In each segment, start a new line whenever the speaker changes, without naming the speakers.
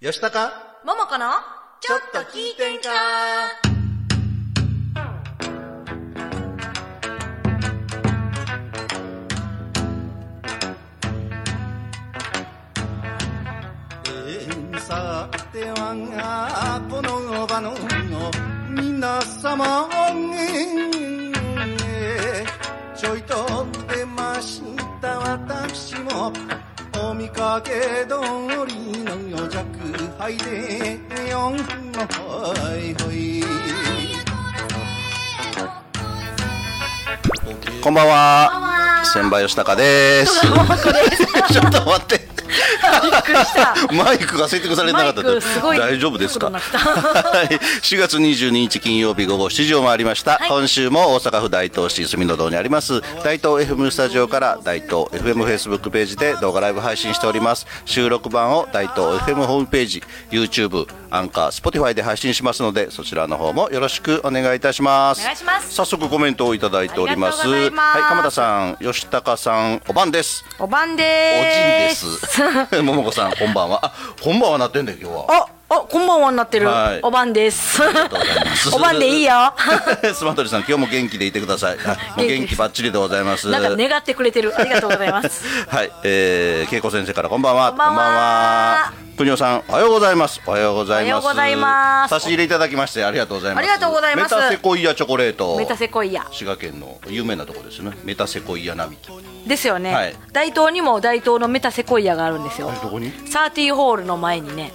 よしたか
ももこのちょっと聞いてんか
えーさてはこの場の皆様えーちょいと出ました私もお見かけ通りの弱敗でよんほいほい
こんばんは。
は
千葉吉高です。 ちょっと待って。
びっくりした
マイクがセッティングされてなかった
マイクすごい
大丈夫ですか。
な
は
ことになった
い。4月22日金曜日午後7時を回りました。
はい
今週も大阪府大東市住の堂にあります大東 FM スタジオから大東 FM フェイスブックページで動画ライブ配信しております。収録版を大東 FM ホームページ、YouTube、アンカー、Spotify で配信しますので、そちらの方もよろしくお願いいたします。
お願いします
早速コメントをいただいております。
ありがとうございます
はい、鎌田さん、吉高さん、おばんです。
おばん
おじん
で
で
ーす
す。ももこさん、こんばんは。あ、こんばんはなってんだよ、今日は。
あ、あ、こんばんはになってる
はい。
おばんです
りがとうございま。す
おばんでいいよ。
スマトリさん、今日も元気でいてくだ さい。はいもう元気ばっちりでござい ます。
なんか願ってくれてる。ありがとうございます。
はい、えー、恵子先生からこんばんは。
こんばんは
くにおさん、おはようございます。おはようございます。
おはようございます
差し入れいただきまして、ありがとうございま
あ
す。
りがとうございます
メタセコイアチョコレート。
メタセコイア
滋賀県の有名なとこですね。メタセコイア並木。
ですよ
は
ね
い。
大東にも大東のメタセコイアがあるんですよ
え。どこに。
サーティーホールの前にね、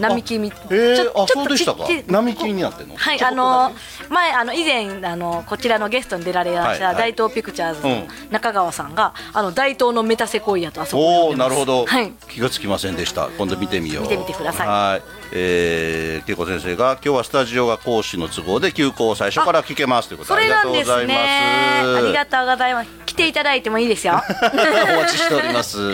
並木み、ち
えー、あ、そうでしたか
ちっち。
並木になってんの。
はい、
ちょ
あ
こっとだ
の
け
前あの以前あのこちらのゲストに出られまし
は
た
いは
大
い
東ピクチャーズ
う
の
ん
中川さんがあの大東のメタセコイアとあそこ
お
を呼
お
んで
ー
ま
な
す
るほど、
はい、
気がつきませんでした今度見てみよう
見てみてください
はい、えー、恵子先生が今日はスタジオが講師の都合で休校を最初から聞けますということ
それなんですねありが
と
とうございます来ていただいてもいいです よ
うございますお待ちしております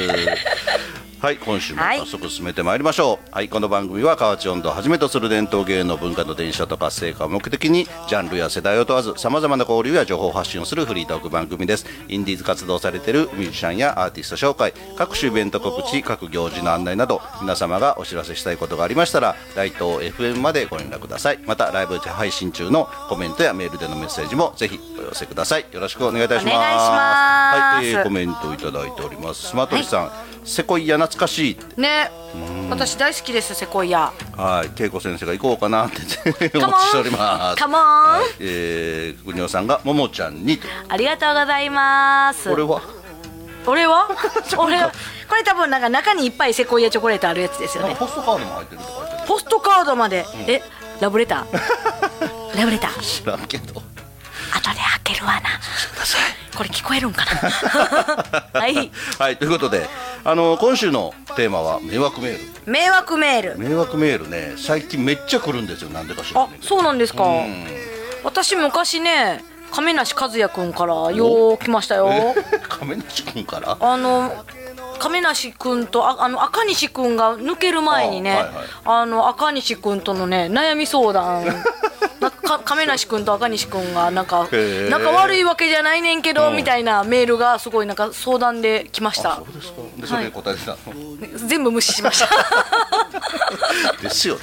はい今週も早速進めてまいりましょうはい、この番組は河内温度をはじめとする伝統芸能文化の伝承と活性化を目的にジャンルや世代を問わずさまざまな交流や情報発信をするフリートーク番組ですインディーズ活動されているミュージシャンやアーティスト紹介各種イベント告知各行事の案内など皆様がお知らせしたいことがありましたら大東 FM までご連絡くださいまたライブ配信中のコメントやメールでのメッセージもぜひお寄せくださいよろしくお願いいたします
お願いします
はい、えーコメントをいただいておりますスマトリさん、セコイア懐かしいって
ね私大好きですセコイア
はい、恵子先生が行こうかなって お
カモン
待ちしております。
カモン
はい、えー、国尾さんがももちゃんにと。
ありがとうございます
これは
俺 は俺はこれ多分なんか中にいっぱいセコイアチョコレートあるやつですよ
なん
ね
かポストカードも入ってるとか言ってる。
ポストカードまで、えラブレタ ーラブレター
知らんけど。
後で開けるわな
ください。
これ聞こえるんか なはい、
はい、ということで、あの今週のテーマは迷惑メー
迷惑メール
ル。迷惑メールね、最近めっちゃ来るんですよ。なんでか知ら
あ
ないけど。
そうなんですか、
うん
私昔ね亀梨和也くんからよう来ましたよ
え 亀梨君から。
あの亀梨くんとああの赤西くんが抜ける前にねあ,、
あはいはい
の赤西くんとのね悩み相 談なんか亀梨くんと赤西くんがなんか
へー
仲悪いわけじゃないねんけど、
うん
みたいなメールがすごいなんか相談で来まし
あ
た
そうですか。で、それで答えてたの。
全部無視しま した
ですよね。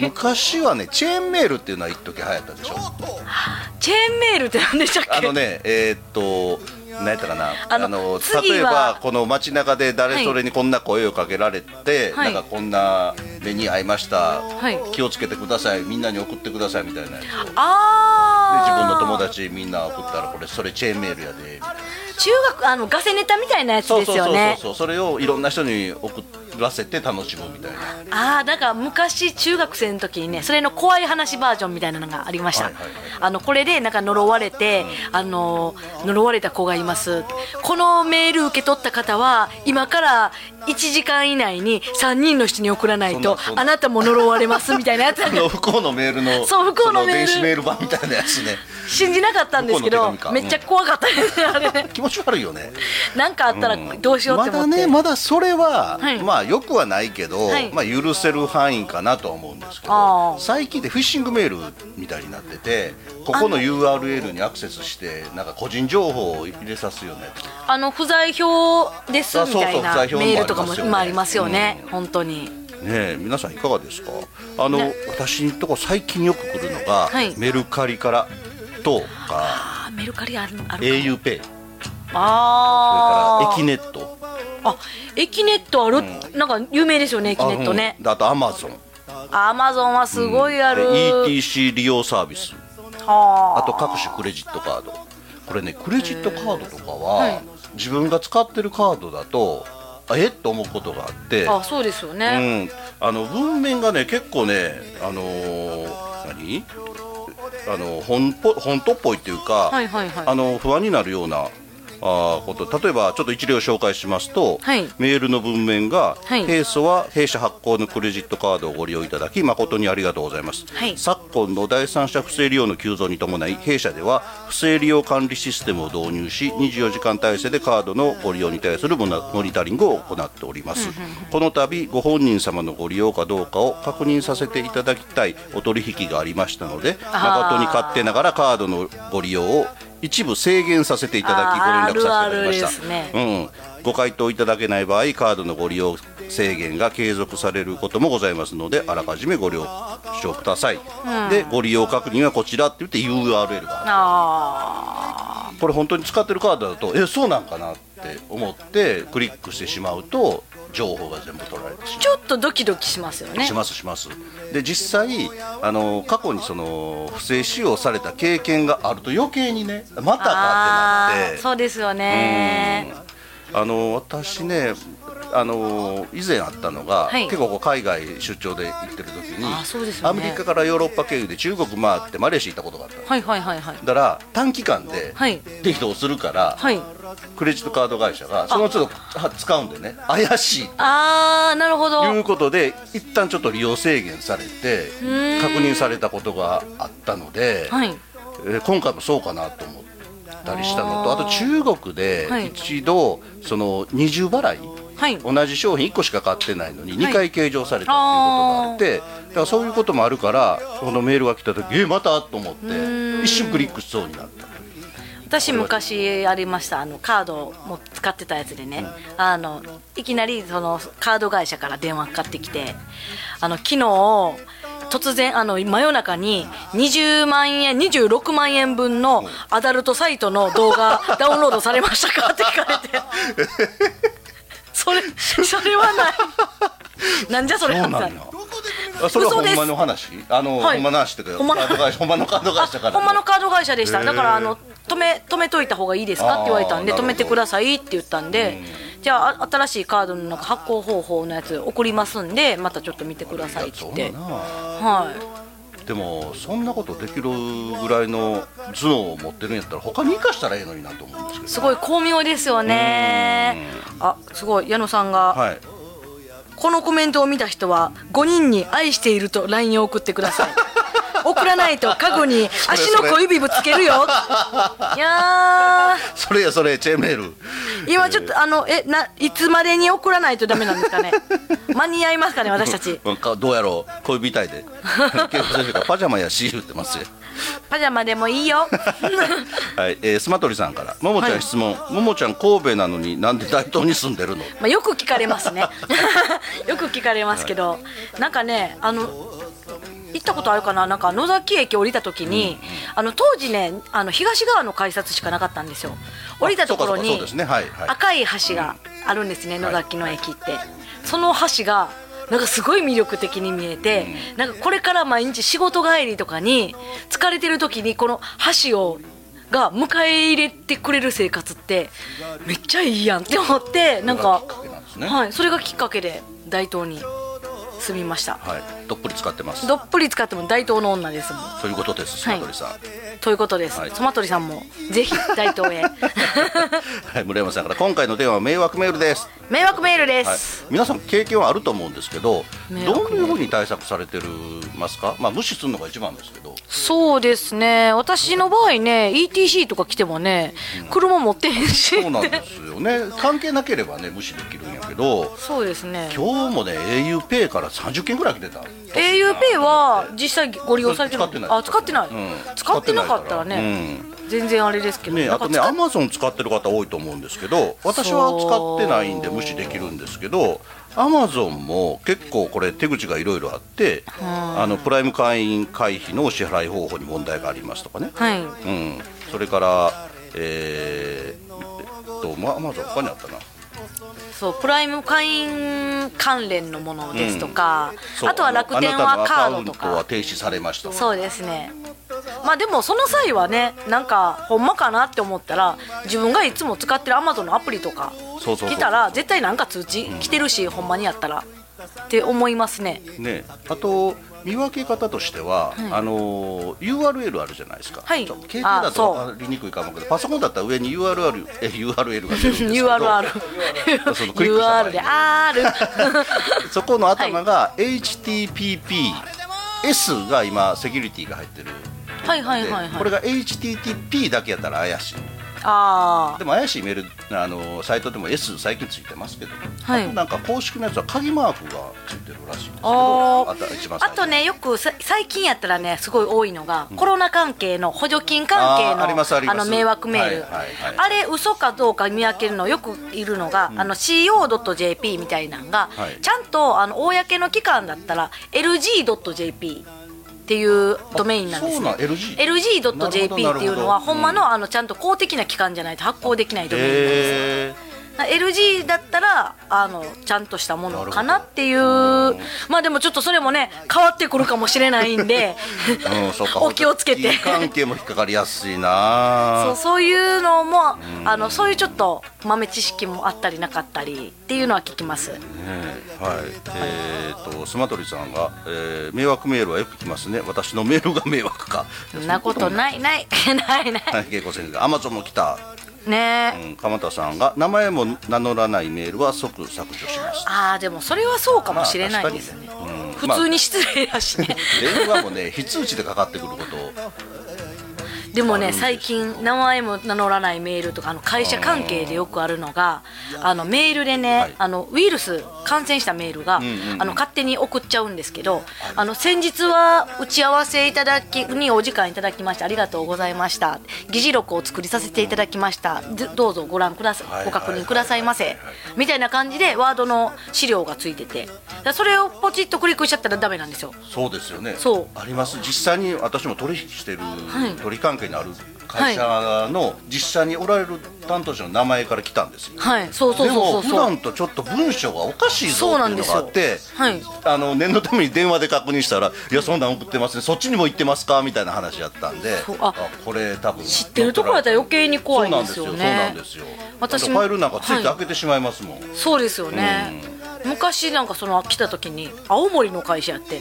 昔はね、チェーンメールっていうのは一時流行ったでしょ。
チェーンメールって何でしたっけ
あのね、えーっと、何やったかな、
あ
あ
の
の
次は
例えばこの街中で誰それにこんな声をかけられて、
はい
なんかこんな目に遭いました、
はい
気をつけてください、みんなに送ってくださいみたいなやつを。で
あ
自
あ
分の友達みんな送ったらこれそれチェーンメールやでみたいな
中学あのガセネタみたいなやつ
そう
です
そうそ
よ
うそ
ね
うそうそれをいろんな人に送らせて楽しむみたいな
ああなんか昔中学生の時にねそれの怖い話バージョンみたいなのがありました、
はいはいはい
あのこれでなんか呪われて、あの呪われた子がいますこのメール受け取った方は今から1時間以内に3人の人に送らないと
そんなそんな
あなたも呪われますみたいなやつな
あ
んか
の不幸のメールの
そう不幸のメール
そ電子メール版みたいなやつね
信じなかったんですけど
向こうの手紙か
めっちゃ怖かったですねあれね
気持ち悪いよね
なんかあったらどうしようって思って、
まだねまだそれは、
はい
まあよくはないけど、
はい
まあ許せる範囲かなとは思うんですけ
あ
ど
ー
最近でフィッシングメールみたいになっててここの URL にアクセスしてなんか個人情報を入れさすよね
あの不在票ですみたい
あそうそう不在
な
票もありま
メ
すよね
ールとかも今ありますよね、
うん
本当に
ねえ皆さんいかがですかあの、
ね
私のとこ最近よく来るのが、
はい
メルカリからとか
あメルカリあるある
auPay それから
あ
エキ
ネ
ネット
あエキネットある、なんか有名ですよねエキネットね
あ,、うん、あとアマゾン
アマゾンはすごいある、
ETC 利用サービス
は
あと各種クレジットカードこれねクレジットカードとかは、自分が使ってるカードだとあえっと思うことがあって
ああそうですよ
う
ね、
ん、あの文面がね結構ねあのー何あの本ぽ本当っぽいっていうか、
はいはいはい
あの不安になるようなあーこと例えばちょっと一例を紹介しますと、
はい
メールの文面が、
はい
平素は弊社発行のクレジットカードをご利用いただき誠にありがとうございます、
はい
昨今の第三者不正利用の急増に伴い弊社では不正利用管理システムを導入し24時間体制でカードのご利用に対するモナモニタリングを行っておりますこの度ご本人様のご利用かどうかを確認させていただきたいお取引がありましたので誠に勝手ながらカードのご利用を一部制限させていただきご連
あー
絡させていただきました
あるあるですね
うん、ご回答いただけない場合カードのご利用制限が継続されることもございますのであらかじめご了承ください、でご利用確認はこちらって言って URL がある
あ
これ本当に使ってるカードだとえそうなんかなって思ってクリックしてしまうと情報が全部取られてしまう
ーちょっとドキドキしますよね
しますしますで実際あの過去にその不正使用された経験があると余計にねまた
あ
かってなっ
ー
て
そうですよね
あの私ねあの以前あったのが、
はい
結構こう海外出張で行ってる時に、
あそうですよね
アメリカからヨーロッパ経由で中国回ってマレーシア行ったことがあったの
はいはいはいはい
だから短期間で
はい
適当するから、
はい
クレジットカード会社がその都度は使うんでね怪しい
あーなるほど
ということで一旦ちょっと利用制限されて
ーん
確認されたことがあったので、
はい
えー今回もそうかなと思ったりしたのと
あー
あと中国で
はい
一度、その二重払い
はい
同じ商品1個しか買ってないのに2回計上されたっていうことがあって、だからそういうこともあるからこのメールが来た時えまたと思って一瞬クリックしそうになった
私昔ありましたあのカードも使ってたやつでね、あのいきなりそのカード会社から電話かかってきてあの昨日突然あの真夜中に20万円26万円分のアダルトサイトの動画 ダウンロードされましたかって聞かれて それそれはないなんじゃそれ
そう
み
な
たい
ん
な
やあそれはほんまの話あの、
はい
ほんまの話っていうか
ほんま
カ
の
ード会社ほんまのカード会社から
あほんまのカード会社でした
へー
だからあの止め止めといた方がいいですかって言われたんで
あー
止めてくださいって言ったんでじゃああ新しいカードのなんか発行方法のやつ送りますんでまたちょっと見てくださいって言っ
いや
て
そんなな
は
でもそんなことできるぐらいの頭脳を持ってるんやったら他に生かしたらええのになと思うんですけ
い
ど
すごい巧妙ですよねあすごい矢野さんが、
はい
このコメントを見た人は5人に愛していると LINE を送ってくだ さい送らないと家具に足の小指ぶつけ るよいやー
それやそれチェーンメール
今ちょっとあのえないつまでに送らないとダメなんです かね間に合いますかね私たち
うんかどうやろう恋人 いで結構先生がパジャマやし言ってますよ
パジャマでもいいよ
はい、えー、スマトリさんからももちゃん質問、ももちゃん神戸なのになんで大東に住んでるの
まあよく聞かれますね よく聞かれますけど、なんかねあの行ったことあるかななんか野崎駅降りた時に、あの当時ねあの東側の改札しかなかったんですよ降りたところ
あそう
に
かそうかそうですねはいはい
赤い橋があるんですね野崎の駅って、その橋がなんかすごい魅力的に見えて、なんかこれから毎日仕事帰りとかに疲れてる時にこの橋をが迎え入れてくれる生活ってめっちゃいいやんって思ってなんか
それがきっかけなんですね
はい、それがきっかけで大東に住みました、
はいどっぷり使ってます
どっぷり使っても大東の女ですもん
ということですスマトリさん、
ということです、
はい
ソマトリさんもぜひ大東 へ
はい、村山さんから今回のテーマは迷惑メールです、
迷惑メールで
はい
す、、
皆さん経験はあると思うんですけど
迷惑メール
どういうふうに対策されてるますかまあ無視するのが一番ですけど
そうですね私の場合ね ETC とか来てもね車持ってへんし
そうなんですよね関係なければね無視できるんやけど
そうですね
今日もね auPay から30件ぐらい来てた
auPay は実際ご利用されてる
使ってない
あ使ってない、
うん
使ってなかったらね、
うん
全然あれですけど、
ね、
な
あ
んか
と
使
ね
っ
アマゾン使ってる方多いと思うんですけど私は使ってないんで無視できるんですけどアマゾンも結構これ手口がいろいろあってあのプライム会員会費のお支払い方法に問題がありますとかね、
はい
うん、それからえー、えっとまアマゾン他にあったな
そうプライム会員関連のものですとか、
そう
あとは楽天
あ
は
なた
カード
のアカウン
と
トは
か
停止されました
そうですねまあでもその際はねなんかほんまかなって思ったら自分がいつも使ってるアマゾンのアプリとか
そうそうそう
来たら絶対なんか通知来てるし、ほんまにやったらって思いますね
ね、あと見分け方としては、あのー URL あるじゃないですか、
はい
ちょ携帯
あ
だと
そう
分かりにくいかもけどパソコンだったら上に URL, え URL が出るんですけど
URL
そのクリックした場合
URL で R
そこの頭が HTTPS が今セキュリティが入ってる
はいはいはいはい
でこれが HTTP だけやったら怪しい
あ
でも怪しいメールあのーサイトでも S 最近ついてますけど、
はい
あとなんか公式のやつは鍵マークがついてるらしいんですけど
あ
あ
ー
と一番
あ
最初
とねよくさ最近やったらねすごい多いのが、コロナ関係の補助金関係の
あーありますあります
の迷惑メール、
はいはいはい
あれ嘘かどうか見分けるのよくいるのが、あの CO.jp みたいなのが、
はい
ちゃんとあの公の機関だったら LG.jp っていうドメインなんですね
あそうなん LG
LG.jp っていうの
なるほどなるほど
はほんまのあのちゃんと公的な機関じゃないと発行できないドメインなんですよ
えー
LG だったらあのちゃんとしたものかなっていうまあでもちょっとそれもね変わってくるかもしれないん で、
うん、そうか
お気をつけて
人間関係も引っかかりやすい
そ
な
うそういうのもあのそういうちょっと豆知識もあったりなかったりっていうのは聞きます
ねえはいえー、とスマトリさんが、えー迷惑メールはよく来ますね私のメールが迷惑か
そんなこと
い
ないない ないない
はい、恵子先生がアマゾンも来た、
ね
う
え、
ん、鎌田さんが名前も名乗らないメールは即削除します
ああでもそれはそうかもしれないですね、
まあ確かにねうん
普通に失礼だしね、
電話もね非通知でかかってくること
でもね最近名前も名乗らないメールとかあの会社関係でよくあるのがあのメールでね、
はい
あのウイルス感染したメールが、あの勝手に送っちゃうんですけどあの先日は打ち合わせいただきにお時間いただきましてありがとうございました議事録をお作りさせていただきましたずどうぞご覧ください、
はい
ご確認くださいませみたいな感じでワードの資料がついててだからそれをポチッとクリックしちゃったらダメなんですよ
そうですよね
そう
あります実際に私も取引してる、
い
取引関係のある会社の、実際におられる担当者の名前から来たんですよ
はいそうそうそうそう
でも普
そう
段とちょっと文章がおかしいぞ
そう
っ
な
て
ん
いう
で
の
す
があ
よ
って、
はい
あの念のために電話で確認したら「いやそんなん送ってますねそっちにも行ってますか?」みたいな話やったんで
そうあ
これ多分
知ってるところだったら余計に怖いですよね
そうなんですよそうなんで
私
すよだって
も
ファイルなんかつい
は
て
い
開けてしまいますもん、
そうですよね、昔なんかその来た時に青森の会社やって、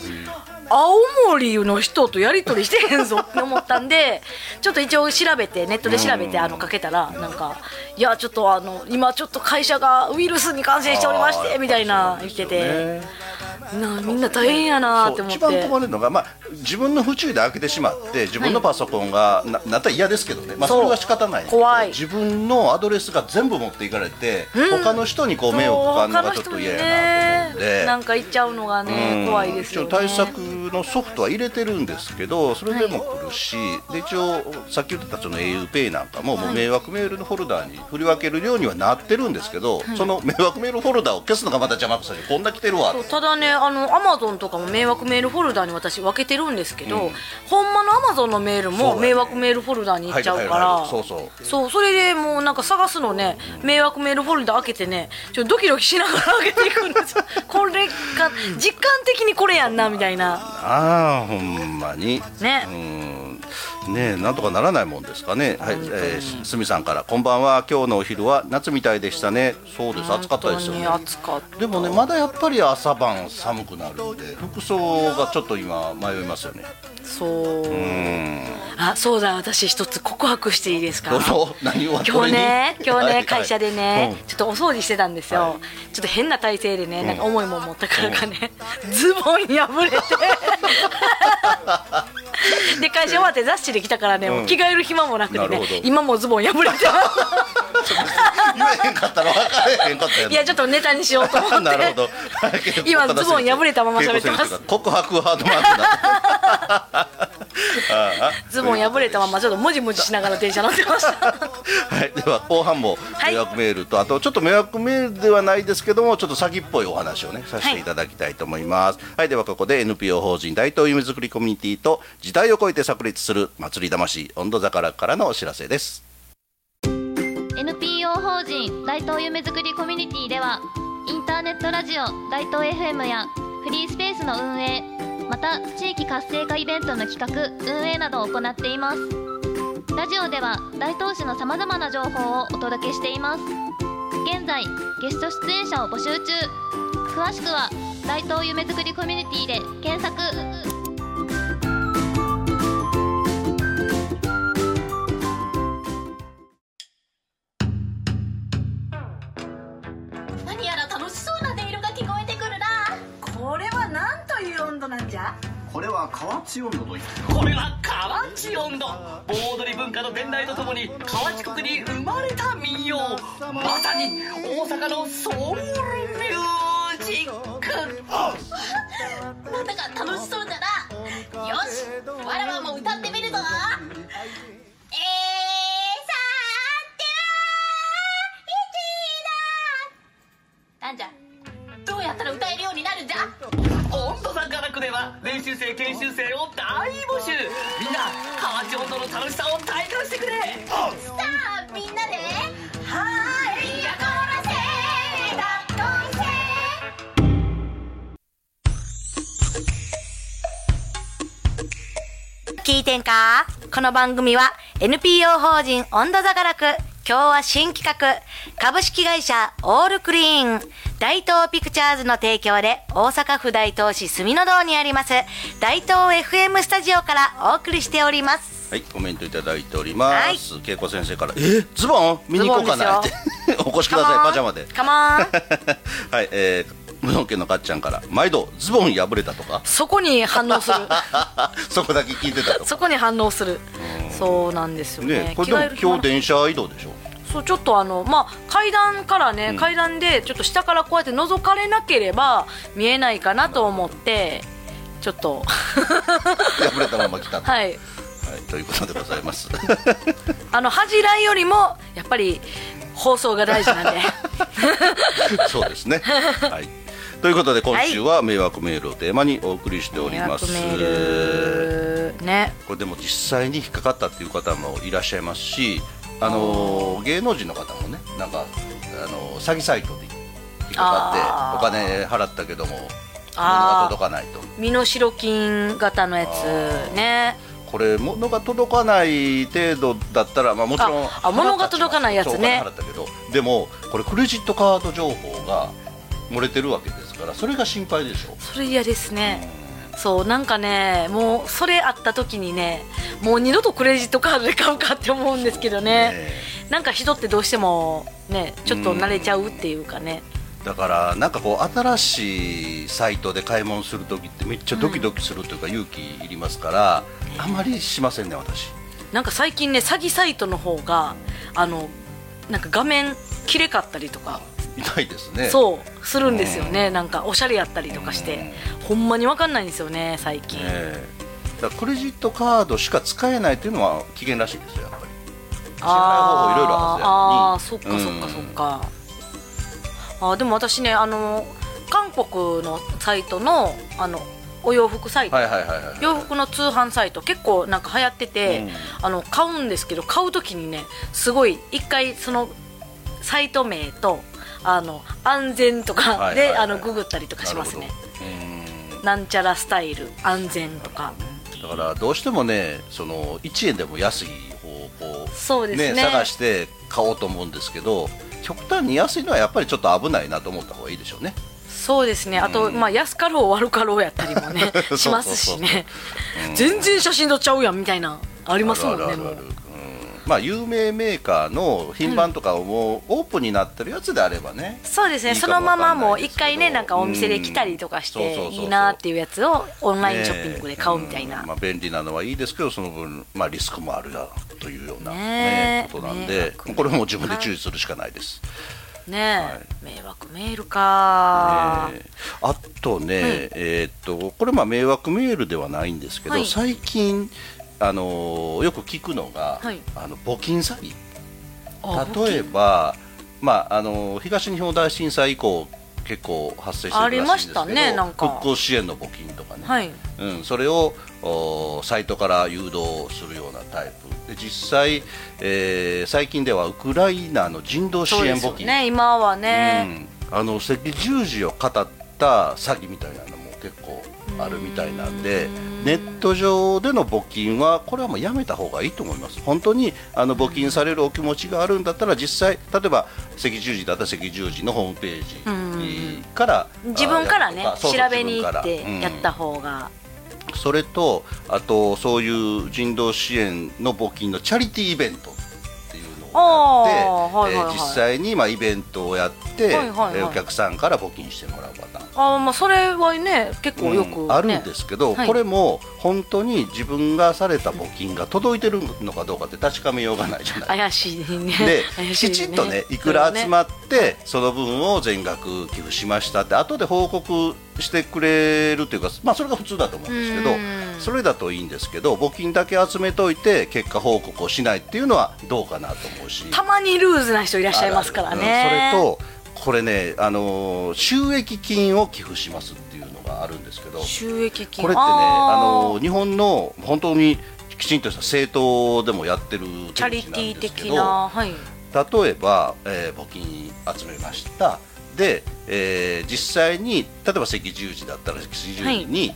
青森の人とやり取りしてへんぞって思ったんで ちょっと一応調べてネットで調べてあのかけたらなんか「いやちょっとあの今ちょっと会社がウイルスに感染しておりまし
あ
て」
ー
みたいな言ってて、なみんな大変やなって
そう
思っ
一
て
番困るのが、まあ、自分の不注意で開けてしまって自分のパソコンが、ななったら嫌ですけどね、まあ、
そう
それは仕方ないんですけど
怖い
自分のアドレスが全部持っていかれて、他の人にこう迷惑かかるのがちょっと嫌やなと思うんで。
なんか行っちゃうのがね、
うん
怖いですよね
一応対策のソフトは入れてるんですけどそれでも来るし、で一応さっき言ってたその auPay なんかももう迷惑メールのフォルダーに振り分けるようにはなってるんですけど、その迷惑メールフォルダーを消すのがまた邪魔くさいこんな来てるわ
そうただねあのアマゾンとかも迷惑メールフォルダーに私分けてるんですけど、ほんまのアマゾンのメール
そうだ
も
ね
迷惑メールフォルダーに行っちゃうか
入る入る入
ら
るそうそう
そうそれでもうなんか探すのね迷惑メールフォルダー開けてねちょっとドキドキしながら開けていくん ですよこれか実感的にこれやんなみたいな
ああほんまに
ね
うんねえなんとかならないもんですかねはい、えー、すみさんからこんばんは今日のお昼は夏みたいでしたねそうです暑かったですよね
本当に暑かった
でもねまだやっぱり朝晩寒くなるんで服装がちょっと今迷いますよね
そうあそうだ私一つ告白していいですか
どうぞ 何を
今日ね今日ね、会社でね、
うん
ちょっとお掃除してたんですよ、
は
ちょっと変な体勢でね、なんか重いもん持ったからかね、ズボン破 れてで会社終わって雑誌で来たからね、もう着替える暇もなくて
なる
ね
ほど
今もうズボン破れてま
言えへんかったら分からへんかったや
すいやちょっとネタにしようと思って
なるほど
今ズボン破れたまま喋ってます
告白ハードマークになってああ
ズボン破れたままちょっともじもじしながら電車乗ってました
はい、では後半も
はい
迷惑メールと、あとちょっと迷惑メールではないですけどもちょっと詐欺っぽいお話をねさせていただきたいと思いますはい、ではここで NPO 法人大東夢づくりコミュニティと時代を超えて炸裂する祭り魂温度宝からのお知らせです
NPO 法人大東夢づくりコミュニティではインターネットラジオ大東 FM やフリースペースの運営また地域活性化イベントの企画運営などを行っていますラジオでは大東市のさまざまな情報をお届けしています現在ゲスト出演者を募集中詳しくは大東夢づくりコミュニティで検索
何やら楽しそうな音色が聞こえてくるな
これは何という温度なんじゃ
これは河内温度といって
これは河内音頭盆踊り文化の伝来とともに河内国に生まれた民謡まさに大阪のソウルミュージック
なんだか楽しそうだなよしわらわも歌ってみるぞえー、さては、いちななんじゃどうやったら歌えるようになるんじゃ
音頭さんからくでは練習生研修生を大募集みんな河内音頭の楽しさを体感してくれ
さあみんなではいやこらせだっといせ
聞いてんかこの番組は NPO 法人温度座がらく今日は新企画株式会社オールクリーン大東ピクチャーズの提供で大阪府大東市住の堂にあります大東 FM スタジオからお送りしております
はい、コメントいただいております。恵子先生から、え、ズボン見に行こうかなって
ズ
お越しください、パジャマで。
カモン、
はい、えー、無農家のかっちゃんから、毎度ズボン破れたとか
そこに反応する
そこだけ聞いてたとか。
そこに反応するそうなんですよね
ね、これでも
着替える暇
今
な
日
い
電車移動でしょ。
そうちょっとあの、まあ、階段からね、
ん
階段でちょっと下からこうやって覗かれなければ見えないかなと思ってちょっと
破れたまま来たと。はい、
はい
ということでございます。
あの恥じらいよりもやっぱり放送が大事 なんで
そうですね。はい。ということで今週は迷惑メールをテーマにお送りしており
迷
ます。
惑メールね
これでも実際に引っかかったっていう方もいらっしゃいますし、あのー芸能人の方もねなんか、あのー詐欺サイトで引っか
あー
かってお金払ったけども物が
あー
届かないと
身代金型のやつね
これ物が届かない程度だったら、まあ、もちろん
ああ物が届かないやつね
そうお金払ったけどでもこれクレジットカード情報が漏れてるわけですからそれが心配でしょ
それ嫌ですねそうなんかねもうそれあった時にねもう二度とクレジットカードで買うかって思うんですけどね
ね
なんか人ってどうしてもねちょっと慣れちゃうっていうかね、
だからなんかこう新しいサイトで買い物する時ってめっちゃドキドキするというか勇気いりますから、あまりしませんね私
なんか最近ね詐欺サイトの方があのなんか画面きれかったりとか、
いないですね
そうするんですよね、なんかおしゃれやったりとかして、ほんまにわかんないんですよね最近、
ええだからクレジットカードしか使えないというのは危険らしいですよやっぱり支払い方法いろいろあ
あ
るは
ー
ず
そ
や
っ
の
か
に
そっかそっか、あーでも私ねあの韓国のサイトのあのお洋服サイト、
はいはいはいはい
洋服の通販サイト結構なんか流行ってて、
うん
あの買うんですけど買う時にねすごい一回そのサイト名とあの安全とか
はいはい
で
はい
あのググったりとかします
な
ね
るほどうん
なんちゃらスタイル安全とか
だからどうしてもねその1円でも安い方をこう
そうですね
探して買おうと思うんですけど極端に安いのはやっぱりちょっと危ないなと思った方がいいでしょうね
そうですねあと、まあ安かろう悪かろうやったりもね
そうそうそう
しますしね
うん
全然写真撮っちゃうやんみたいなありますもんね
あるある
も
あるあ
う
るうんまあ有名メーカーの品番とかをもうオープンになってるやつであればね、
そうですね
いいか
そ
もわ
の
か
ま
ん
ま
ないですけど
もう一回ねなんかお店で来たりとかし
うんそうそ
て
うそうそう
いいなっていうやつをオンラインショッピングで買うみたいな、
ねえんまあ、便利なのはいいですけどその分、まあ、リスクもあるだというような、
ねえ
ねえことなんで、
ねえ
これも自分で注意するしかないです、
ねえ、迷惑メールか、
えーあとね、えーっとこれまあ迷惑メールではないんですけど、
はい
最近あのーよく聞くのが、
はい
あの募金詐欺
あ
例えばまああのー東日本大震災以降結構発生してるらしいんですけど
ありましたねなんか
復興支援の募金とかね、
はい
うん、それをおサイトから誘導するようなタイプで実際、えー最近ではウクライナの人道支
そう
援
です
募
よ
金
ね今はね、
うん、あの赤十字を語った詐欺みたいなのも結構あるみたいなんでネット上での募金はこれはもうやめた方がいいと思います本当にあの募金されるお気持ちがあるんだったら実際例えば赤十字だったら赤十字のホームページから、
自分からね
あやると
調
そうそう
べに
自
行
分から
ってやった方が、
それとあとそういう人道支援の募金のチャリティーイベントっていうのをやって、
あーはいはいはい
えー実際にまあイベントをやって、
はいはいはい
えーお客さんから募金してもらうパターン。
ああまあそれはね結構よく、ね
うんあるんですけど、
はい
これも本当に自分がされた募金が届いてるのかどうかって確かめようがないじゃない
怪しいね
で、
怪しい
きちんとねいくら集まってその分を全額寄付しましたって後で報告してくれるっていうか、まあ、それが普通だと思うんですけ
う
ど
ん
それだといいんですけど募金だけ集めといて結果報告をしないっていうのはどうかなと思うし。
たまにルーズな人いらっしゃいますからね
あるあるうんそれとこれね、あのー収益金を寄付しますっていうのがあるんですけど
収益金
これってね、あ
あ
の
ー
日本の本当にきちんとした政党でもやってる
チャリティー的なはい
例えば、えー募金集めましたで、えー実際に例えば赤十字だったら赤十字に、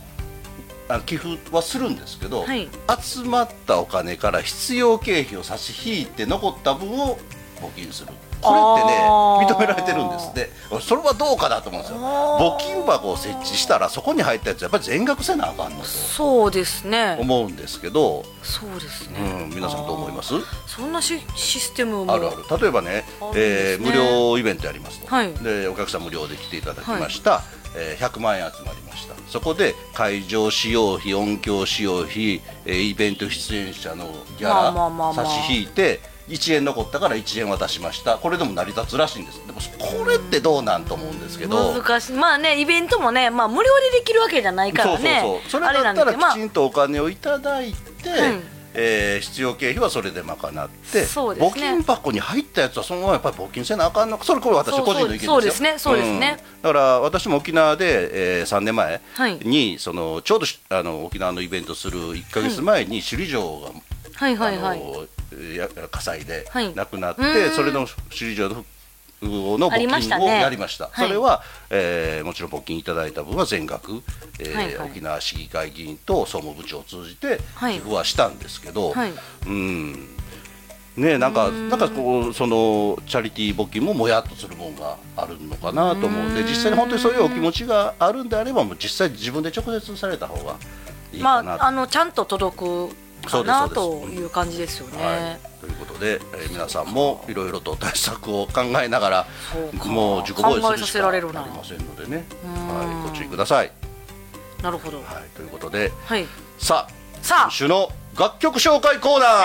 あ寄付はするんですけど、
はい
集まったお金から必要経費を差し引いて残った分を募金するこれってね
あー
認められてるんですでそれはどうかなと思うんですよ募金箱を設置したらそこに入ったやつやっぱり全額せなあかんのと
そうですね
思うんですけど、
そうです
う
ね、
ん、皆さんどう思います
そんなシシステムも
あるある例えばね
あるんで
え
す
ー
ね
無料イベントやりますと、
はい
でお客さん無料で来ていただきました、えー100万円集まりましたそこで会場使用費音響使用費、えーイベント出演者のギャ
まあまあまあ
ラ
まあ
差し引いて1円残ったから1円渡しましたこれでも成り立つらしいんですでもこれってどうなんと思うんですけど
難しいまあねイベントもね、まあ、無料でできるわけじゃないからね
そうそうそうそ
あ
れ
れ
だ
な
っ
んで
た
すけ
ら
どま
き
あ
ちんとお金をいただいて、
ん
えー必要経費はそれで賄って、
そうで
募
すね
金箱に入ったやつはそのままやっぱり募金せなあかんのかそれこれ私
そう
個人の意見ですよ
そうですねそうですね
んだから私も沖縄で、えー3年前
はい
に、そのちょうどしあの沖縄のイベントする1か月前に首里城が、
はいはいは
あ
い
のーや火災で
はい
亡くなって、
うーん
それの首里城の復興の
ありま
募
し
金
た
を
ね
やりました
はい
それは、えーもちろん募金いただいた分は全額、えー
はいはい
沖縄市議会議員と総務部長を通じて
はい
寄付はしたんですけど、
はい
うんねなんかなんかこうそのチャリティー募金ももやっとするもんがあるのかなと思うんで実際に本当にそういうお気持ちがあるんであればもう実際自分で直接された方がいい
ま
かなと
ああのちゃんと届くかな
そうですそう
と
です
いう感じですよ
は
ね
い、ということで、えー皆さんもいろいろと対策を考えながら
そうか
もう自己防衛
考え
する
さ
し
せ
からあ
れ
り
るな
ませんのでね、
ん
はい、ご注意ください、
なるほど
はい。ということで
はい
さあ
さ
今週の楽曲紹介コーナー、そんなんあっ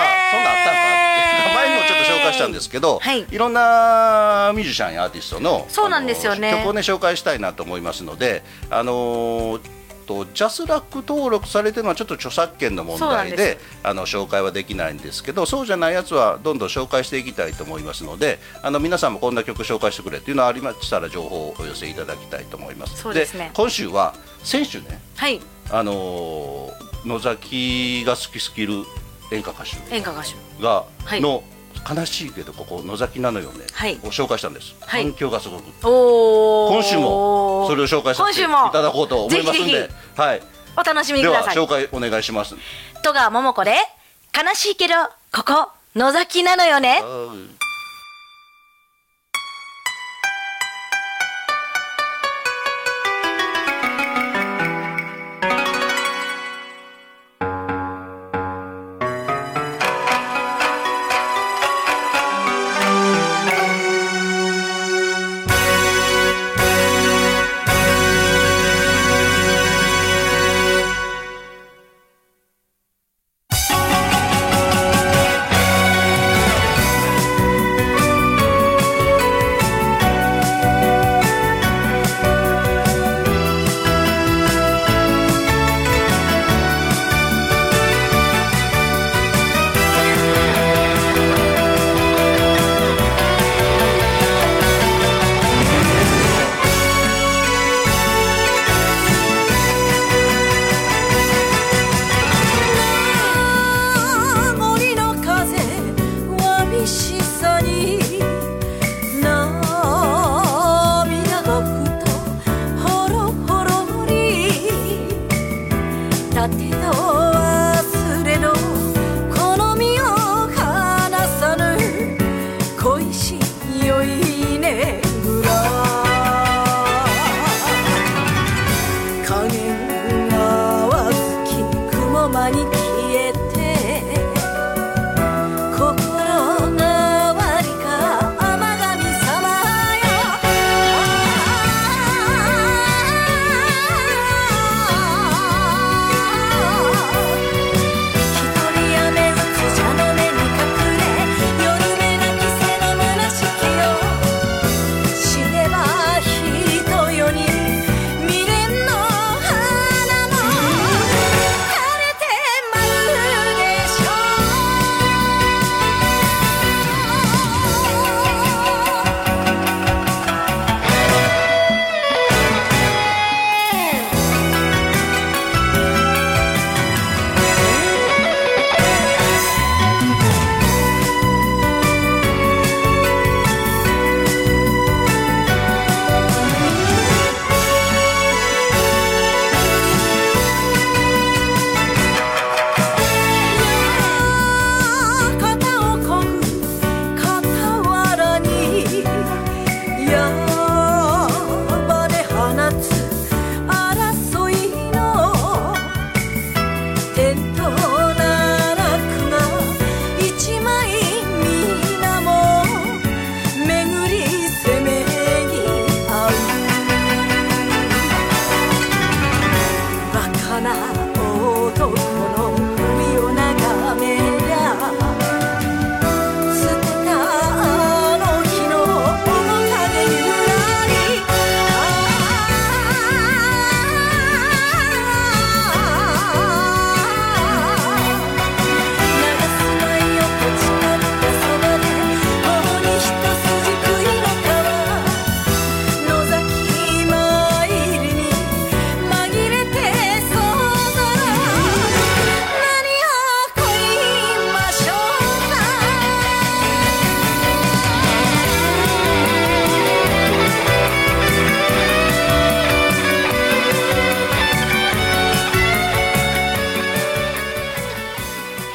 たんか前にもちょっと紹介したんですけど、
はい
い、ろんなミュージシャンやアーティストの
そうなんですよね
あの曲をね紹介したいなと思いますのであのーとジャスラック登録されてるのはちょっと著作権の問
そうなん
題
で
ですあの紹介はできないんですけどそうじゃないやつはどんどん紹介していきたいと思いますのであの皆さんもこんな曲紹介してくれっていうのありましたら情報をお寄せいただきたいと思います。
そうですね
今週は先週ね
あはい
あのー野崎が好きすぎる演歌歌手
演歌歌手
が、
はい
の悲しいけどここ野崎なのよね、
はい
を紹介したんです、
はい
反響がすごく
おお
今週もそれを紹介させていただこうと思いますん
今
で
週もぜひぜ
はい、
お楽しみ
で
く
は
ださい
紹介お願いします
戸川桃子で悲しいけどここ野崎なのよね
「果ての忘れの好みを離さぬ恋しい酔いねぐら影がわずき雲間に消えて心変わりか天神様よ一人雨うつじゃの目に隠れ夜目なきせの虚しきを死ねば人よに未練の花も枯れてまうでしょう肩をこぐ傍らにやばで放つ争いの点と奈落が一枚皆も巡りせめぎ合うバカな男の首を眺めりゃ捨てたあの日の面影にぶらりああ流すまいよと誓ったそばで共に一筋食いの川野崎参りに紛れてそうなら何を恋ましょうか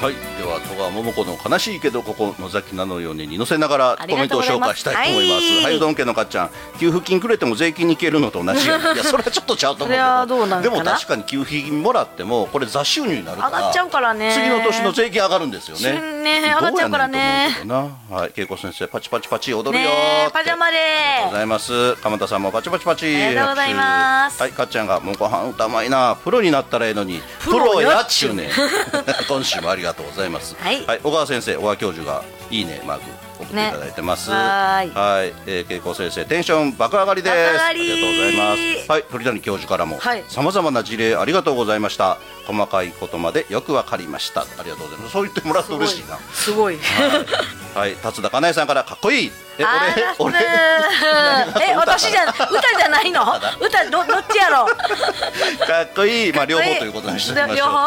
はい、では戸川桃子の悲しいけどここ野崎なのようにに乗せながら
あり
コメ
が
ン
とう
トを
ござ
紹
います
介したいと思います。
はい
はい、うどん家のかっちゃん、給付金くれても税金に消えるのと同 じよ。いや、それはちょっとちゃうと思うけど。
それはどうなんかな
でも確かに給付金もらってもこれ雑収入になるから。
上がっちゃうからね
次の年の税金上がるんですよね。
ね上がっちゃうからね
どうやねんと思うけどな。はい、恵子先生パチパチパチ踊る
ね
よーっ
え
て。
パジャマで
ありがとうございます。鎌田さんもパチパチパチ。あ
りがとうございます
はい、かっちゃんがもうご飯歌うまいな。プロになったらええのに。プロやっちゅうねん。 今週もありがとうございます。
はい
小川先生、小川教授がいいねマーク送っていただいてます。
ねわーい
はい、えー、恵子先生、テンション爆上がりです。
爆上
あ
が
り
り
がとうございます。はい、鳥谷教授からも
はい、
さまざまな事例ありがとうございました。細かいことまでよくわかりました。ありがとうございます。そう言ってもらうと嬉しいな。
すごい
はい、辰田かなえさんからかっこいい。 え、
あー
俺、俺。
え私じゃ歌じゃないの歌どどっちやろ
かっこいい、まあ、両
っこいい
方ということにしておきましょう。
両方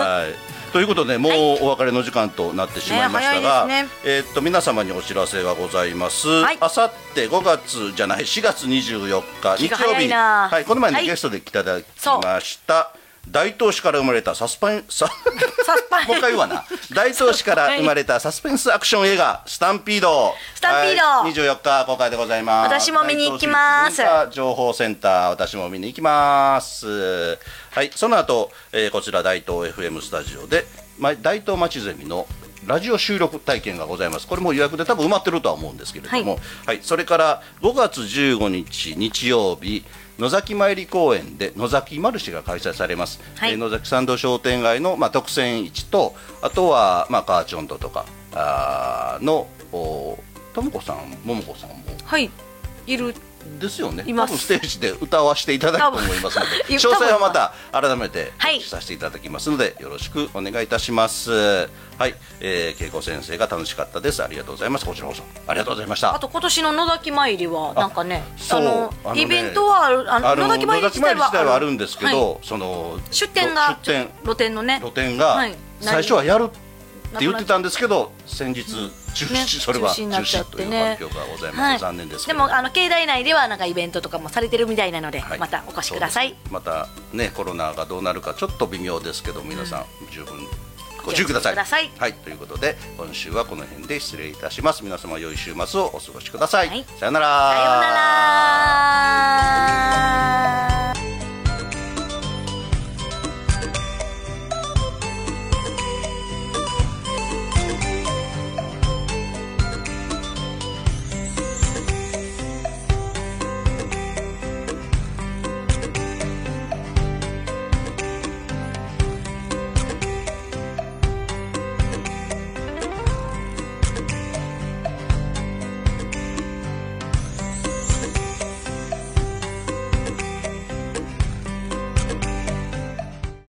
はい。ということで、もうお別れの時間となってしまいましたが、
ね早いで
えーっと皆様にお知らせがございます。
はい
あさって5月じゃない4月24日
気
日
が
曜
早
日、
いな
はいこの前ね、
はい
ゲストで来ていただきました。大東市から生まれたサスペンサ
サスパイ
もう一回言うわな大東市から生まれたサスペンスアクション映画「スタンピード」
スタンピード
はい、24日公開でございます
私も見に行きます
大東市文化情報センター私も見に行きますはいその後、えーこちら大東 FM スタジオで、ま、大東町ゼミのラジオ収録体験がございますこれも予約で多分埋まってるとは思うんですけれども、はいそれから5月15日日曜日野崎参り公園で野崎マルシェが開催されます、
はい
えー野崎参道商店街の、まあ、特選市とあとは、まあ、カーチョンドとかあーのおともこさん桃子さんも
はいいる
ですよね
います
多分ステージで歌わせていただくと思いますの
多
で
分
詳細はまた改めて
はい
させていただきますので、よろしくお願いいたしますはい、えー、恵子先生が楽しかったですありがとうございますこちらこそありがとうございました
あと今年の野崎参りはなんかね
そ
あ
う
の
あのね
イベントはあるあの
あの
野崎参り自体は
野崎参りあるんですけど、
はい
その
出店が
出店
露店のね
露店が
はい
最初はやるって言ってたんですけど先日中止、
ね
それは
中止にな
中
っちゃっ
止と
て
いう
ね
発表がございます、
はい
残念ですけ
で
ど
もあの境内内ではなんかイベントとかもされてるみたいなので、
はい
またお越しください
そうですまたねコロナがどうなるかちょっと微妙ですけど皆さん十分ご注意くださ
ご注意
い
ください
はいということで今週はこの辺で失礼いたします皆様良い週末をお過ごしください、
はい
さよなら
さようなら